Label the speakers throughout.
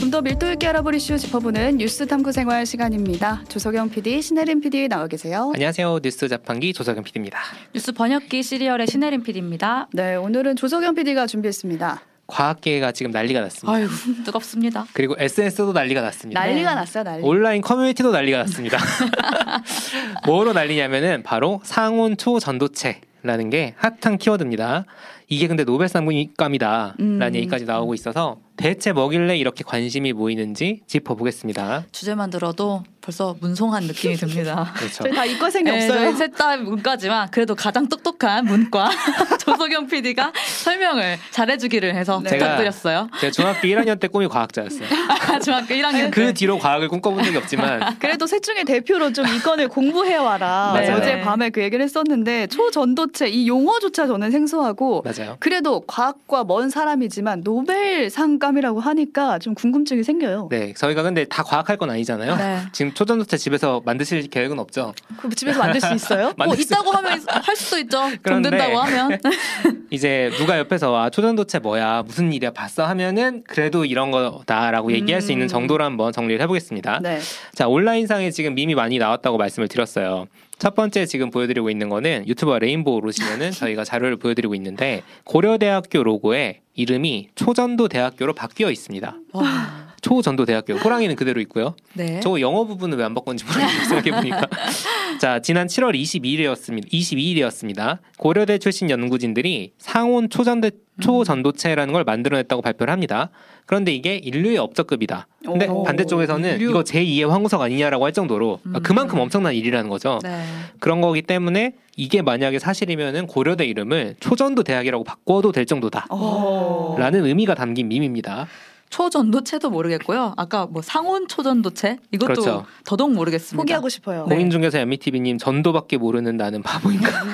Speaker 1: 오늘도 밀도 있게 알아버리 슈 짚어보는 뉴스 탐구 생활 시간입니다. 조석영 PD, 신혜림 PD 나와
Speaker 2: 어?
Speaker 1: 계세요.
Speaker 3: 안녕하세요. 뉴스 자판기 조석영 PD입니다.
Speaker 2: 뉴스 번역기 시리얼의 신혜림 PD입니다.
Speaker 1: 네, 오늘은 조석영 PD가 준비했습니다.
Speaker 3: 과학계가 지금 난리가 났습니다.
Speaker 2: 아유 뜨겁습니다.
Speaker 3: 그리고 SNS도 난리가 났습니다.
Speaker 1: 난리가 났어요, 난리.
Speaker 3: 온라인 커뮤니티도 난리가 났습니다. 뭐로 난리냐면은 바로 상온 초전도체. 라는 게 핫한 키워드입니다. 이게 근데 노벨상금이감이다라는
Speaker 2: 음.
Speaker 3: 얘기까지 나오고 있어서 대체 뭐길래 이렇게 관심이 모이는지 짚어보겠습니다.
Speaker 2: 주제만 들어도 벌써 문송한 느낌이 듭니다.
Speaker 3: 그렇죠.
Speaker 1: 저희 다 이과생이
Speaker 2: 네,
Speaker 1: 없어요.
Speaker 2: 저희 셋다 문과지만 그래도 가장 똑똑한 문과 조석영 PD가 설명을 잘해주기를 해서
Speaker 1: 네.
Speaker 2: 부탁드렸어요. 아,
Speaker 3: 제가 중학교 1학년 때 꿈이 과학자였어요.
Speaker 2: 중학교 1학년
Speaker 3: 그
Speaker 2: 때. 어,
Speaker 3: 뒤로 과학을 꿈꿔본 적이 없지만
Speaker 1: 그래도 셋 중에 대표로 좀 이건을 공부해와라.
Speaker 3: 맞아요.
Speaker 1: 어제 밤에 그 얘기를 했었는데 초전도체 이 용어조차 저는 생소하고
Speaker 3: 맞아요.
Speaker 1: 그래도 과학과 먼 사람이지만 노벨상감이라고 하니까 좀 궁금증이 생겨요.
Speaker 3: 네, 저희가 근데 다 과학할 건 아니잖아요.
Speaker 2: 네.
Speaker 3: 지금 초전도체 집에서 만드실 계획은 없죠.
Speaker 1: 그 집에서 만들 수 있어요?
Speaker 2: 뭐
Speaker 3: 만들 수-
Speaker 2: 있다고 하면 할 수도 있죠. 돈
Speaker 3: 그런데-
Speaker 2: 든다고 하면.
Speaker 3: 이제 누가 옆에서 아 초전도체 뭐야 무슨 일이야 봤어 하면은 그래도 이런 거다라고 얘기할 수 있는 정도로 한번 정리를 해보겠습니다.
Speaker 1: 네.
Speaker 3: 자 온라인상에 지금 밈이 많이 나왔다고 말씀을 드렸어요. 첫 번째 지금 보여드리고 있는 거는 유튜버 레인보우 로시면은 저희가 자료를 보여드리고 있는데 고려대학교 로고에 이름이 초전도 대학교로 바뀌어 있습니다.
Speaker 2: 와,
Speaker 3: 초전도 대학교 호랑이는 그대로 있고요.
Speaker 2: 네.
Speaker 3: 저 영어 부분은 왜 안 바꿨는지 모르겠어요. 생각해보니까. 자, 지난 7월 22일이었습니다. 22일이었습니다. 고려대 출신 연구진들이 상온 초전대,
Speaker 2: 음.
Speaker 3: 초전도체라는 걸 만들어냈다고 발표를 합니다. 그런데 이게 인류의 업적급이다. 근데
Speaker 1: 오,
Speaker 3: 반대쪽에서는 이거 제2의 황우석 아니냐라고 할 정도로
Speaker 2: 음.
Speaker 3: 그만큼 엄청난 일이라는 거죠.
Speaker 2: 네.
Speaker 3: 그런 거기 때문에 이게 만약에 사실이면은 고려대 이름을 초전도 대학이라고 바꿔도 될 정도다.
Speaker 1: 어. 오.
Speaker 3: 라는 의미가 담긴 밈입니다.
Speaker 2: 초전도체도 모르겠고요. 아까 뭐 상온 초전도체 이것도
Speaker 3: 그렇죠.
Speaker 2: 더더욱 모르겠습니다.
Speaker 1: 포기하고 싶어요.
Speaker 3: 공인중개사 얌미TV님 전도밖에 모르는 나는 바보인가? 라고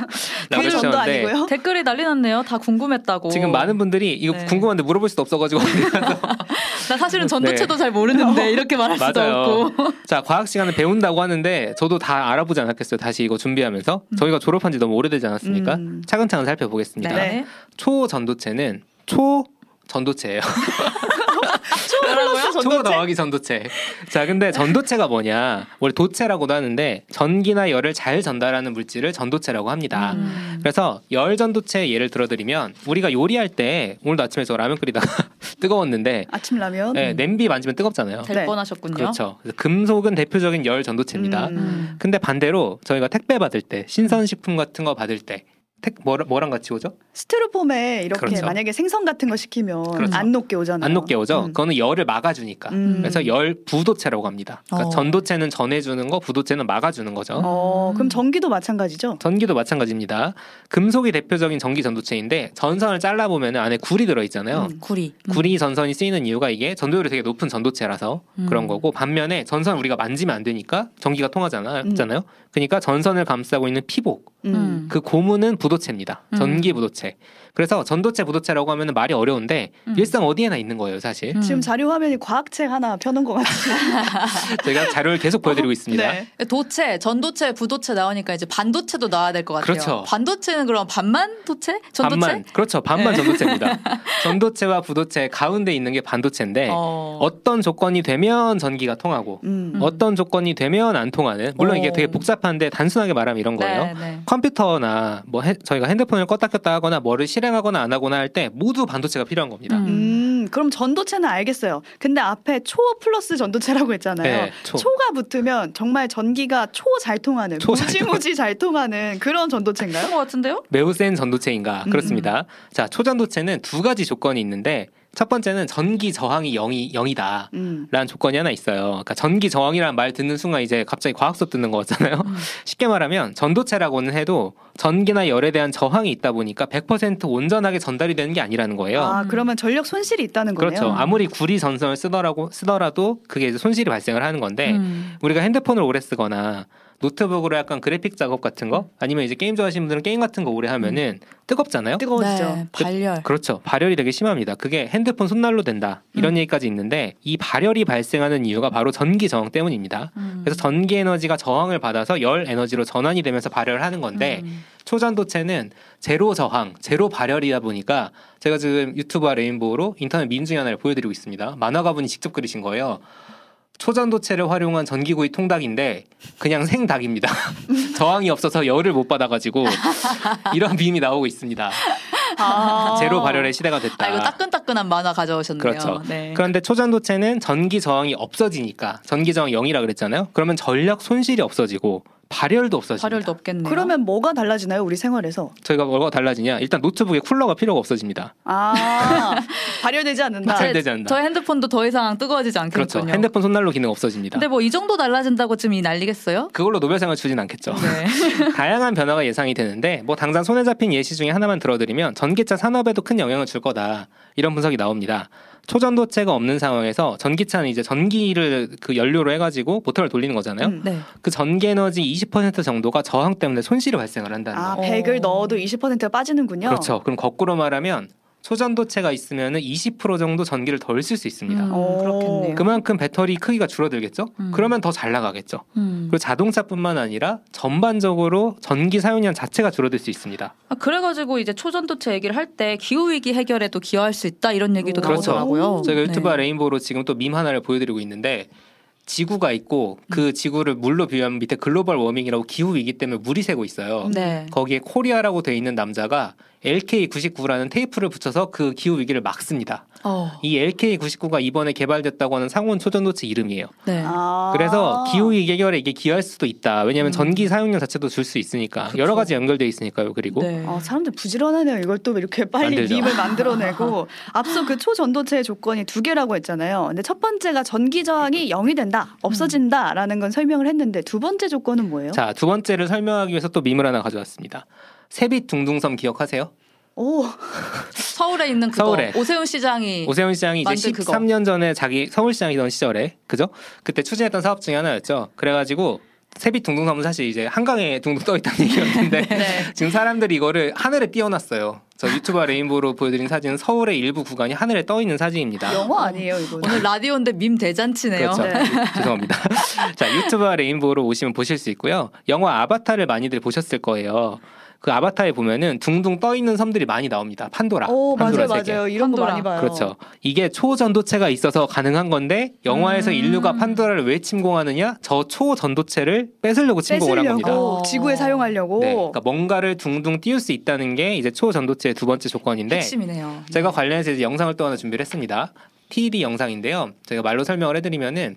Speaker 1: 네. 그게 전도
Speaker 3: 하셨는데
Speaker 1: 아니고요.
Speaker 2: 댓글이 난리 났네요. 다 궁금했다고.
Speaker 3: 지금 많은 분들이 이거
Speaker 2: 네.
Speaker 3: 궁금한데 물어볼 수도 없어가지고
Speaker 2: 나 사실은 전도체도 잘 모르는데 이렇게 말할 수도
Speaker 3: 네. 맞아요.
Speaker 2: 없고.
Speaker 3: 자 과학 시간은 배운다고 하는데 저도 다 알아보지 않았겠어요. 다시 이거 준비하면서 저희가 졸업한 지 너무 오래되지 않았으니까
Speaker 1: 음.
Speaker 3: 차근차근 살펴보겠습니다.
Speaker 1: 네.
Speaker 3: 초전도체는 초 전도체예요.
Speaker 1: 플러스
Speaker 3: 초 더하기 전도체. 자, 근데 전도체가 뭐냐? 원래 도체라고도 하는데 전기나 열을 잘 전달하는 물질을 전도체라고 합니다.
Speaker 2: 음.
Speaker 3: 그래서 열 전도체 예를 들어드리면 우리가 요리할 때 오늘도 아침에 저 라면 끓이다가 뜨거웠는데
Speaker 1: 아침 라면.
Speaker 3: 네, 냄비 만지면 뜨겁잖아요.
Speaker 1: 네.
Speaker 2: 음. 될 뻔하셨군요.
Speaker 3: 그렇죠. 그래서 금속은 대표적인 열 전도체입니다.
Speaker 1: 음.
Speaker 3: 근데 반대로 저희가 택배 받을 때 신선식품 같은 거 받을 때 택, 뭐, 뭐랑 같이 오죠?
Speaker 1: 스티로폼에 이렇게
Speaker 3: 그렇죠.
Speaker 1: 만약에 생선 같은 거 시키면
Speaker 3: 그렇죠.
Speaker 1: 안 녹게 오잖아요.
Speaker 3: 안 녹게 오죠.
Speaker 1: 음.
Speaker 3: 그거는 열을 막아주니까.
Speaker 1: 음.
Speaker 3: 그래서 열 부도체라고 합니다. 그러니까
Speaker 2: 어.
Speaker 3: 전도체는 전해주는 거, 부도체는 막아주는 거죠.
Speaker 2: 음.
Speaker 1: 어, 그럼 전기도 마찬가지죠.
Speaker 3: 전기도 마찬가지입니다. 금속이 대표적인 전기 전도체인데 전선을 잘라 보면 안에 굴이 들어 있잖아요.
Speaker 1: 음.
Speaker 2: 구리.
Speaker 3: 구리 전선이 쓰이는 이유가 이게 전도율이 되게 높은 전도체라서
Speaker 2: 음.
Speaker 3: 그런 거고 반면에 전선 우리가 만지면 안 되니까 전기가 통하잖아요.
Speaker 1: 음.
Speaker 3: 잖아요. 그러니까 전선을 감싸고 있는 피복
Speaker 1: 음.
Speaker 2: 음.
Speaker 3: 그 고무는 부도체입니다.
Speaker 2: 음.
Speaker 3: 전기 부도체. 그래서 전도체 부도체라고 하면 말이 어려운데
Speaker 2: 음.
Speaker 3: 일상 어디에나 있는 거예요, 사실.
Speaker 2: 음.
Speaker 1: 지금 자료 화면이 과학책 하나 펴놓은 것 같아요.
Speaker 3: 제가 자료를 계속 보여드리고 있습니다.
Speaker 1: 네.
Speaker 2: 도체, 전도체, 부도체 나오니까 이제 반도체도 나와야 될 것 같아요.
Speaker 3: 그렇죠.
Speaker 2: 반도체는 그럼 반만 도체? 전도체? 네.
Speaker 3: 반만 그렇죠 반만 전도체입니다. 전도체와 부도체 가운데 있는 게 반도체인데
Speaker 2: 어.
Speaker 3: 네. 어떤 조건이 되면 전기가 통하고
Speaker 1: 음.
Speaker 3: 어떤 조건이 되면 안 통하는 물론 이게
Speaker 2: 오.
Speaker 3: 되게 복잡한데 단순하게 말하면 이런 거예요.
Speaker 2: 네, 네.
Speaker 3: 컴퓨터나 뭐 해- 저희가 핸드폰을 껐다 켰다 하거나 뭐를 실행하거나 안 하거나 할 때 모두 반도체가 필요한 겁니다.
Speaker 2: 음.
Speaker 1: 음, 그럼 전도체는 알겠어요. 근데 앞에 초 플러스 전도체라고 했잖아요.
Speaker 3: 네, 초.
Speaker 1: 가 붙으면 정말 전기가 초 잘 통하는
Speaker 3: 초잘
Speaker 1: 무지무지 잘 통하는 그런 전도체인가요?
Speaker 2: 그런 것 같은데요?
Speaker 3: 매우 센 전도체인가
Speaker 1: 음,
Speaker 3: 그렇습니다. 자 초전도체는 두 가지 조건이 있는데 첫 번째는 전기 저항이 0이 0이다.
Speaker 1: 음.
Speaker 3: 라는 조건이 하나 있어요. 그러니까 전기 저항이라는 말 듣는 순간 이제 갑자기 과학 수업 듣는 거 같잖아요.
Speaker 1: 음.
Speaker 3: 쉽게 말하면 전도체라고는 해도 전기나 열에 대한 저항이 있다 보니까 100% 온전하게 전달이 되는 게 아니라는 거예요.
Speaker 1: 아, 그러면 전력 손실이 있다는 거네요.
Speaker 3: 네.
Speaker 1: 음.
Speaker 3: 그렇죠. 아무리 구리 전선을 쓰더라고 쓰더라도 그게 이제 손실이 발생을 하는 건데
Speaker 2: 음.
Speaker 3: 우리가 핸드폰을 오래 쓰거나 노트북으로 약간 그래픽 작업 같은 거 아니면 이제 게임 좋아하시는 분들은 게임 같은 거 오래 하면은 뜨겁잖아요.
Speaker 1: 음. 뜨거워지죠.
Speaker 2: 네, 발열.
Speaker 3: 그렇죠. 발열이 되게 심합니다. 그게 핸드폰 손난로 된다
Speaker 2: 음.
Speaker 3: 이런 얘기까지 있는데 이 발열이 발생하는 이유가 바로 전기 저항 때문입니다.
Speaker 2: 음.
Speaker 3: 그래서 전기 에너지가 저항을 받아서 열 에너지로 전환이 되면서 발열을 하는 건데
Speaker 2: 음.
Speaker 3: 초전도체는 제로 저항, 제로 발열이다 보니까 제가 지금 유튜브와 레인보우로 인터넷 민 중에 하나를 보여드리고 있습니다. 만화가분이 직접 그리신 거예요. 초전도체를 활용한 전기구이 통닭인데 그냥 생닭입니다. 저항이 없어서 열을 못 받아가지고 이런 밈이 나오고 있습니다.
Speaker 2: 아.
Speaker 3: 제로 발열의 시대가 됐다.
Speaker 2: 아 이거 따끈따끈한 만화 가져오셨네요.
Speaker 3: 그렇죠.
Speaker 2: 네.
Speaker 3: 그런데 초전도체는 전기 저항이 없어지니까 전기 저항 0이라 그랬잖아요. 그러면 전력 손실이 없어지고 발열도 없어집니다.
Speaker 2: 발열도 없겠네요.
Speaker 1: 그러면 뭐가 달라지나요 우리 생활에서?
Speaker 3: 저희가 뭐가 달라지냐? 일단 노트북에 쿨러가 필요가 없어집니다.
Speaker 1: 아 발열되지 않는다.
Speaker 3: 잘 되지 않나.
Speaker 2: 아, 저희 핸드폰도 더 이상 뜨거워지지 않겠군요.
Speaker 3: 그렇죠. 핸드폰 손난로 기능 없어집니다.
Speaker 2: 근데 뭐 이 정도 달라진다고 지금 이 난리겠어요?
Speaker 3: 그걸로 노벨상을 주진 않겠죠.
Speaker 2: 네.
Speaker 3: 다양한 변화가 예상이 되는데 뭐 당장 손에 잡힌 예시 중에 하나만 들어드리면 전기차 산업에도 큰 영향을 줄 거다 이런 분석이 나옵니다. 초전도체가 없는 상황에서 전기차는 이제 전기를 그 연료로 해가지고 모터를 돌리는 거잖아요.
Speaker 1: 음.
Speaker 2: 네.
Speaker 3: 그 전기 에너지 20% 정도가 저항 때문에 손실이 발생을 한다는
Speaker 1: 아
Speaker 3: 거.
Speaker 2: 어.
Speaker 1: 100을 넣어도 20%가 빠지는군요.
Speaker 3: 그렇죠. 그럼 거꾸로 말하면 초전도체가 있으면 20% 정도 전기를 덜 쓸 수 있습니다.
Speaker 2: 음,
Speaker 1: 오.
Speaker 2: 그렇겠네요.
Speaker 3: 그만큼 배터리 크기가 줄어들겠죠.
Speaker 2: 음.
Speaker 3: 그러면 더 잘 나가겠죠.
Speaker 2: 음.
Speaker 3: 그리고 자동차뿐만 아니라 전반적으로 전기 사용량 자체가 줄어들 수 있습니다.
Speaker 2: 아, 그래가지고 이제 초전도체 얘기를 할 때 기후 위기 해결에도 기여할 수 있다 이런 얘기도
Speaker 1: 음, 그렇죠.
Speaker 2: 나오더라고요.
Speaker 3: 저희가 유튜브
Speaker 2: 네.
Speaker 3: 레인보우로 지금 또 밈 하나를 보여드리고 있는데 지구가 있고
Speaker 2: 음.
Speaker 3: 그 지구를 물로 비유하면 밑에 글로벌 워밍이라고 기후 위기 때문에 물이 새고 있어요.
Speaker 2: 네.
Speaker 3: 거기에 코리아라고 돼 있는 남자가 LK99라는 테이프를 붙여서 그 기후 위기를 막습니다.
Speaker 2: 어.
Speaker 3: 이 LK99가 이번에 개발됐다고 하는 상온 초전도체 이름이에요.
Speaker 2: 네.
Speaker 1: 아.
Speaker 3: 그래서 기후 위기 해결에 이게 기여할 수도 있다. 왜냐하면
Speaker 2: 음.
Speaker 3: 전기 사용량 자체도 줄 수 있으니까
Speaker 2: 그쵸.
Speaker 3: 여러 가지 연결돼 있으니까요. 그리고
Speaker 2: 네.
Speaker 1: 아, 사람들 부지런하네요. 이걸 또 이렇게 빨리
Speaker 3: 만들죠.
Speaker 1: 립을 만들어내고 앞서 그 초전도체의 조건이 두 개라고 했잖아요. 근데 첫 번째가 전기 저항이 0이 된다, 없어진다라는 건 설명을 했는데 두 번째 조건은 뭐예요?
Speaker 3: 자, 두 번째를 설명하기 위해서 또 밈을 하나 가져왔습니다. 세빛 둥둥섬 기억하세요?
Speaker 1: 오,
Speaker 2: 서울에 있는 그거
Speaker 3: 서울에.
Speaker 2: 오세훈 시장이
Speaker 3: 오세훈 시장이 이제
Speaker 2: 만든 네. 그거.
Speaker 3: 13년 전에 자기 서울시장이던 시절에 그죠? 그때 추진했던 사업 중에 하나였죠. 그래가지고 세빛 둥둥섬은 사실 이제 한강에 둥둥 떠 있다는 얘기였는데
Speaker 2: 네.
Speaker 3: 지금 사람들이 이거를 하늘에 띄워놨어요. 저 유튜버 레인보우로 보여드린 사진은 서울의 일부 구간이 하늘에 떠 있는 사진입니다.
Speaker 1: 영화 아니에요 이거?
Speaker 2: 오늘 라디오인데 밈 대잔치네요.
Speaker 3: 그렇죠.
Speaker 1: 네.
Speaker 3: 죄송합니다. 자, 유튜브와 레인보우로 오시면 보실 수 있고요. 영화 아바타를 많이들 보셨을 거예요. 그 아바타에 보면은 둥둥 떠 있는 섬들이 많이 나옵니다. 판도라.
Speaker 1: 오, 맞아요,
Speaker 3: 판도라 세계.
Speaker 1: 맞아요. 이런 거
Speaker 2: 판도라.
Speaker 1: 많이 봐요.
Speaker 3: 그렇죠. 이게 초전도체가 있어서 가능한 건데 영화에서
Speaker 2: 음.
Speaker 3: 인류가 판도라를 왜 침공하느냐? 저 초전도체를 뺏으려고 침공을 한 겁니다.
Speaker 1: 뺏으려고
Speaker 2: 겁니다.
Speaker 1: 지구에 사용하려고.
Speaker 3: 네, 그러니까 뭔가를 둥둥 띄울 수 있다는 게 이제 초전도체의 두 번째 조건인데
Speaker 2: 핵심이네요.
Speaker 3: 제가 관련해서 이제 영상을 또 하나 준비를 했습니다. TD 영상인데요. 제가 말로 설명을 해드리면은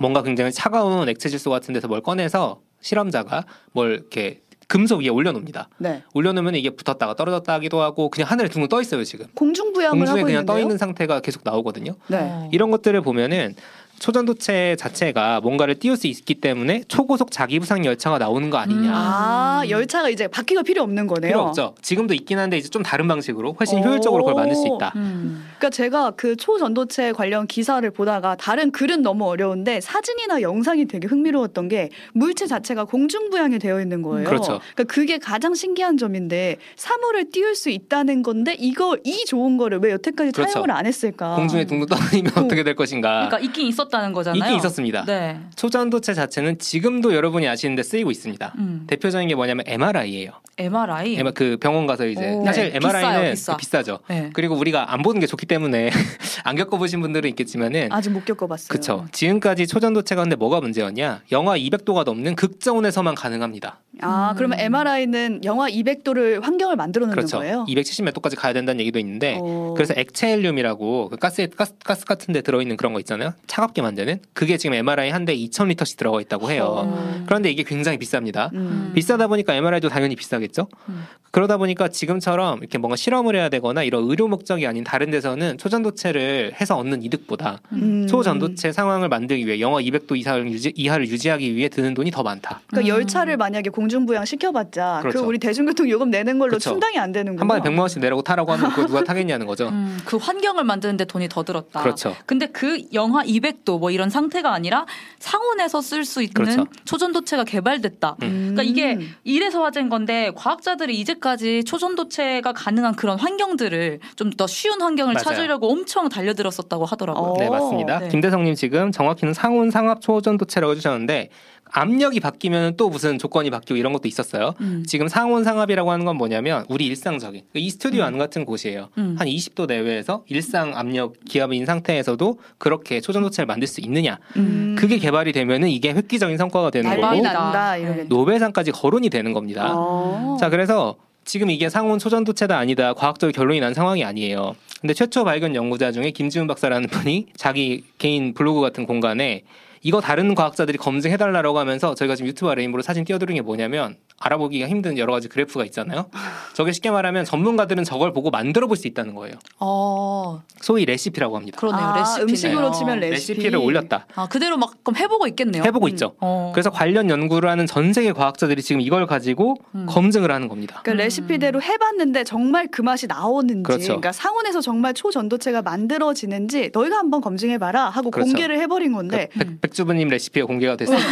Speaker 3: 뭔가 굉장히 차가운 액체 질소 같은 데서 뭘 꺼내서 실험자가 뭘 이렇게 금속 위에 올려놓습니다.
Speaker 1: 네.
Speaker 3: 올려놓으면 이게 붙었다가 떨어졌다 하기도 하고 그냥 하늘에 둥둥 떠 있어요 지금.
Speaker 1: 공중부양을
Speaker 3: 공중에
Speaker 1: 하고
Speaker 3: 그냥 떠
Speaker 1: 있는데요.
Speaker 3: 있는 상태가 계속 나오거든요.
Speaker 1: 네.
Speaker 2: 어.
Speaker 3: 이런 것들을 보면은 초전도체 자체가 뭔가를 띄울 수 있기 때문에 초고속 자기부상 열차가 나오는 거 아니냐.
Speaker 1: 아, 열차가 이제 바퀴가 필요 없는 거네요.
Speaker 3: 필요 없죠. 지금도 있긴 한데 이제 좀 다른 방식으로 훨씬
Speaker 1: 오.
Speaker 3: 효율적으로 그걸 만들 수 있다.
Speaker 2: 음.
Speaker 1: 그러니까 제가 그 초전도체 관련 기사를 보다가 다른 글은 너무 어려운데 사진이나 영상이 되게 흥미로웠던 게 물체 자체가 공중부양이 되어 있는 거예요.
Speaker 3: 그렇죠.
Speaker 1: 그러니까 그게 가장 신기한 점인데 사물을 띄울 수 있다는 건데 이거 이 좋은 거를 왜 여태까지
Speaker 3: 그렇죠.
Speaker 1: 사용을 안 했을까?
Speaker 3: 공중에 둥둥 떠다니면
Speaker 1: 오.
Speaker 3: 어떻게 될 것인가.
Speaker 2: 아. 그러니까 있긴 있었다는 거잖아요.
Speaker 3: 아. 있긴 있었습니다.
Speaker 2: 네.
Speaker 3: 초전도체 자체는 지금도 여러분이 아시는데 쓰이고 있습니다.
Speaker 2: 음.
Speaker 3: 대표적인 게 뭐냐면 MRI예요.
Speaker 2: MRI.
Speaker 3: 그 병원 가서 이제
Speaker 2: 오.
Speaker 3: 사실
Speaker 2: 네,
Speaker 3: MRI는 그
Speaker 2: 비싸요,
Speaker 3: 비싸. 죠
Speaker 2: 네.
Speaker 3: 그리고 우리가 안 보는 게 좋기 때문에 안 겪어보신 분들은 있겠지만은
Speaker 1: 아직 못 겪어봤어요.
Speaker 3: 그쵸. 지금까지 초전도체가 근데 뭐가 문제였냐? 영하 200도가 넘는 극저온에서만 가능합니다.
Speaker 1: 아, 그러면 MRI는 영하 200도를 환경을 만들어 놓는
Speaker 3: 그렇죠.
Speaker 1: 거예요?
Speaker 3: 270몇 도까지 가야 된다는 얘기도 있는데
Speaker 1: 어.
Speaker 3: 그래서 액체 헬륨이라고 그 가스 가스 가스 같은 데 들어있는 그런 거 있잖아요. 차갑게 만드는 그게 지금 MRI 한 대에 2,000리터씩 들어가 있다고 해요.
Speaker 2: 음.
Speaker 3: 그런데 이게 굉장히 비쌉니다.
Speaker 1: 음.
Speaker 3: 비싸다 보니까 MRI도 당연히 비싸겠죠.
Speaker 2: 음.
Speaker 3: 그러다 보니까 지금처럼 이렇게 뭔가 실험을 해야 되거나 이런 의료 목적이 아닌 다른 데서는 초전도체를 해서 얻는 이득보다
Speaker 1: 음.
Speaker 3: 초전도체 상황을 만들기 위해 영하 200도 이상 유지, 이하를 유지하기 위해 드는 돈이 더 많다.
Speaker 1: 그러니까
Speaker 2: 음.
Speaker 1: 열차를 만약에 공중부양 시켜봤자 그
Speaker 3: 그렇죠.
Speaker 1: 우리 대중교통 요금 내는 걸로
Speaker 3: 그렇죠.
Speaker 1: 충당이 안 되는 거예요.
Speaker 3: 한 번에 100만 원씩 내라고 타라고 하면 그거 누가 타겠냐는 거죠.
Speaker 2: 음, 그 환경을 만드는데 돈이 더 들었다.
Speaker 3: 그렇죠.
Speaker 2: 근데 그 영하 200도 뭐 이런 상태가 아니라 상온에서 쓸 수 있는
Speaker 3: 그렇죠.
Speaker 2: 초전도체가 개발됐다. 그러니까 이게
Speaker 1: 음.
Speaker 2: 이래서 화제인 건데 과학자들이 이제까지 초전도체가 가능한 그런 환경들을 좀 더 쉬운 환경을
Speaker 3: 맞아요.
Speaker 2: 찾으려고 엄청 달려들었었다고 하더라고요.
Speaker 1: 어.
Speaker 3: 네 맞습니다.
Speaker 2: 네.
Speaker 3: 김대성님 지금 정확히는 상온 상압 초전도체라고 해주셨는데 압력이 바뀌면 또 무슨 조건이 바뀌고 이런 것도 있었어요.
Speaker 2: 음.
Speaker 3: 지금 상온 상압이라고 하는 건 뭐냐면 우리 일상적인 그 이 스튜디오
Speaker 2: 음.
Speaker 3: 안 같은 곳이에요.
Speaker 2: 음.
Speaker 3: 한 20도 내외에서 일상 압력 기압인 상태에서도 그렇게 초전도체를 만들 수 있느냐
Speaker 2: 음.
Speaker 3: 그게 개발이 되면은 이게 획기적인 성과가 되는
Speaker 1: 날방이
Speaker 3: 거고 음.
Speaker 2: 대박이다.
Speaker 1: 난다
Speaker 2: 네.
Speaker 1: 이러겠죠.
Speaker 3: 노벨상까지 거론이 되는 겁니다.
Speaker 1: 어.
Speaker 3: 자 그래서 지금 이게 상온 초전도체다 아니다 과학적 결론이 난 상황이 아니에요. 근데 최초 발견 연구자 중에 김지훈 박사라는 분이 자기 개인 블로그 같은 공간에 이거 다른 과학자들이 검증해달라고 하면서 저희가 지금 유튜브 아레인보로 사진 띄워드린 게 뭐냐면 알아보기가 힘든 여러 가지 그래프가 있잖아요. 저게 쉽게 말하면 전문가들은 저걸 보고 만들어 볼 수 있다는 거예요.
Speaker 2: 어,
Speaker 3: 소위 레시피라고 합니다.
Speaker 2: 그러네요.
Speaker 1: 아,
Speaker 2: 레시피.
Speaker 1: 음식으로 치면 레- 레시피.
Speaker 3: 레시피를 올렸다.
Speaker 2: 아, 그대로 막 그럼 해보고 있겠네요.
Speaker 3: 해보고 있죠.
Speaker 2: 어.
Speaker 3: 그래서 관련 연구를 하는 전 세계 과학자들이 지금 이걸 가지고
Speaker 2: 음.
Speaker 3: 검증을 하는 겁니다.
Speaker 1: 그러니까
Speaker 2: 음.
Speaker 1: 레시피대로 해봤는데 정말 그 맛이 나오는지, 그
Speaker 3: 그렇죠.
Speaker 1: 러니까 상온에서 정말 초전도체가 만들어지는지 너희가 한번 검증해봐라 하고
Speaker 3: 그렇죠.
Speaker 1: 공개를 해버린 건데
Speaker 3: 그러니까 백, 백주부님 레시피가 공개가 됐을 때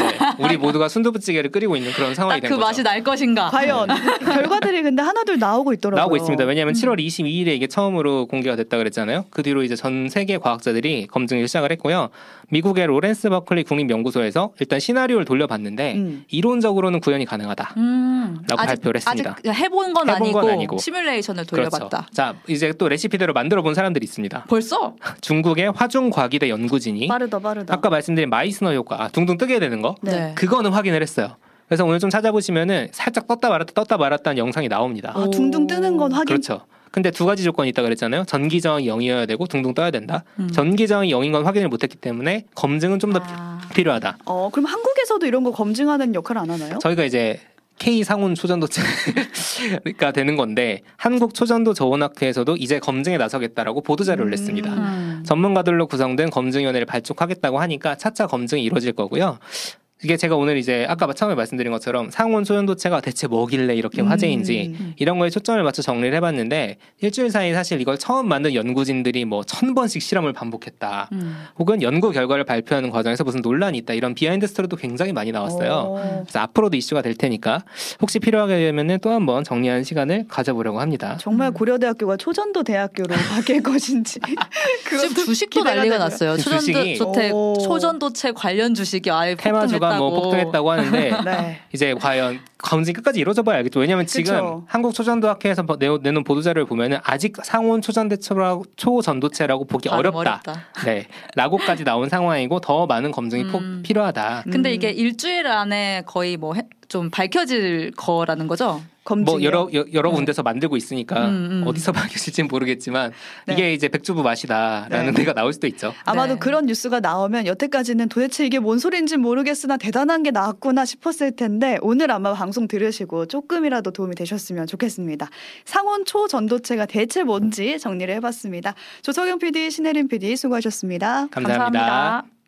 Speaker 3: 우리 모두가 순두부찌개를 끓이고 있는 그런 상황이
Speaker 2: 딱
Speaker 3: 된
Speaker 2: 그
Speaker 3: 거죠.
Speaker 2: 맛이 날 것인가.
Speaker 1: 과연 결과들이 근데 하나둘 나오고 있더라고요.
Speaker 3: 아. 네. 나오고 있습니다. 왜냐하면 7월 22일에 이게 처음으로 공개가 됐다 그랬잖아요. 그 뒤로 이제 전 세계 과학자들이 검증을 시작을 했고요. 미국의 로렌스 버클리 국립연구소에서 일단 시나리오를 돌려봤는데
Speaker 1: 음.
Speaker 3: 이론적으로는 구현이 가능하다.
Speaker 2: 음.
Speaker 3: 라고 발표를 했습니다.
Speaker 2: 아직 해본 건,
Speaker 3: 해본
Speaker 2: 아니고,
Speaker 3: 건 아니고.
Speaker 2: 시뮬레이션을 돌려봤다.
Speaker 3: 그렇죠. 자 이제 또 레시피대로 만들어 본 사람들이 있습니다.
Speaker 2: 벌써?
Speaker 3: 중국의 화중과기대 연구진이
Speaker 1: 빠르다 빠르다.
Speaker 3: 아까 말씀드린 마이스너 효과, 아, 둥둥 뜨게 되는 거
Speaker 1: 네.
Speaker 3: 그거는 확인을 했어요. 그래서 오늘 좀 찾아보시면은 살짝 떴다 말았다 떴다 말았다는 영상이 나옵니다.
Speaker 1: 아, 둥둥 뜨는 건 확인.
Speaker 3: 그렇죠. 근데 두 가지 조건이 있다 그랬잖아요. 전기 저항이 0이어야 되고 둥둥 떠야 된다.
Speaker 2: 음.
Speaker 3: 전기 저항이 0인 건 확인을 못 했기 때문에 검증은 좀 더
Speaker 2: 아.
Speaker 3: 필요하다.
Speaker 1: 어 그럼 한국에서도 이런 거 검증하는 역할 안 하나요?
Speaker 3: 저희가 이제 K 상온 초전도체가 되는 건데 한국 초전도 저온학회에서도 이제 검증에 나서겠다라고 보도 자료를
Speaker 1: 음.
Speaker 3: 냈습니다.
Speaker 2: 음.
Speaker 3: 전문가들로 구성된 검증위원회를 발족하겠다고 하니까 차차 검증이 이루어질 거고요. 이게 제가 오늘 이제 아까 처음에 말씀드린 것처럼 상온 소연도체가 대체 뭐길래 이렇게 화제인지
Speaker 1: 음.
Speaker 3: 이런 거에 초점을 맞춰 정리를 해봤는데 일주일 사이 에 사실 이걸 처음 만든 연구진들이 뭐 천 번씩 실험을 반복했다.
Speaker 2: 음.
Speaker 3: 혹은 연구 결과를 발표하는 과정에서 무슨 논란이 있다 이런 비하인드 스토리도 굉장히 많이 나왔어요.
Speaker 1: 어,
Speaker 3: 그래서 앞으로도 이슈가 될 테니까 혹시 필요하게 되면은 또 한번 정리하는 시간을 가져보려고 합니다.
Speaker 2: 음.
Speaker 1: 정말 고려대학교가 초전도 대학교로 바뀔 것인지 그것도
Speaker 2: 지금 주식도
Speaker 1: 기대가
Speaker 2: 난리가
Speaker 1: 되고요.
Speaker 2: 났어요.
Speaker 3: 지금 주식이-
Speaker 2: 초전도주택,
Speaker 1: 오.
Speaker 2: 초전도체 관련 주식이 아예
Speaker 3: 테마주가
Speaker 2: 폭등했다고.
Speaker 3: 뭐 폭등했다고 하는데
Speaker 1: 네.
Speaker 3: 이제 과연 검증 끝까지 이루어져 봐야 알겠죠. 왜냐하면 지금
Speaker 1: 그쵸.
Speaker 3: 한국 초전도학회에서 버- 내놓- 내놓은 보도 자료를 보면은 아직 상온 초전대체라고 초전도체라고 보기
Speaker 2: 발음
Speaker 3: 어렵다. 네, 라고까지 나온 상황이고 더 많은 검증이 포-
Speaker 2: 음.
Speaker 3: 필요하다.
Speaker 2: 근데
Speaker 1: 음.
Speaker 2: 이게 일주일 안에 거의 뭐 좀 밝혀질 거라는 거죠.
Speaker 1: 검증.
Speaker 3: 뭐 여러 여- 여러
Speaker 2: 음.
Speaker 3: 군데서 만들고 있으니까
Speaker 2: 음, 음.
Speaker 3: 어디서 밝혀질지는 모르겠지만
Speaker 1: 네.
Speaker 3: 이게 이제 백두부 맛이다라는
Speaker 1: 네.
Speaker 3: 데가 나올 수도 있죠.
Speaker 1: 아마도
Speaker 2: 네.
Speaker 1: 그런 뉴스가 나오면 여태까지는 도대체 이게 뭔 소리인지 모르겠으나 대단한 게 나왔구나 싶었을 텐데 오늘 아마 방송 들으시고 조금이라도 도움이 되셨으면 좋겠습니다. 상온 초전도체가 대체 뭔지 정리를 해봤습니다. 조석영 PD, 신혜림 PD 수고하셨습니다.
Speaker 3: 감사합니다.
Speaker 2: 감사합니다.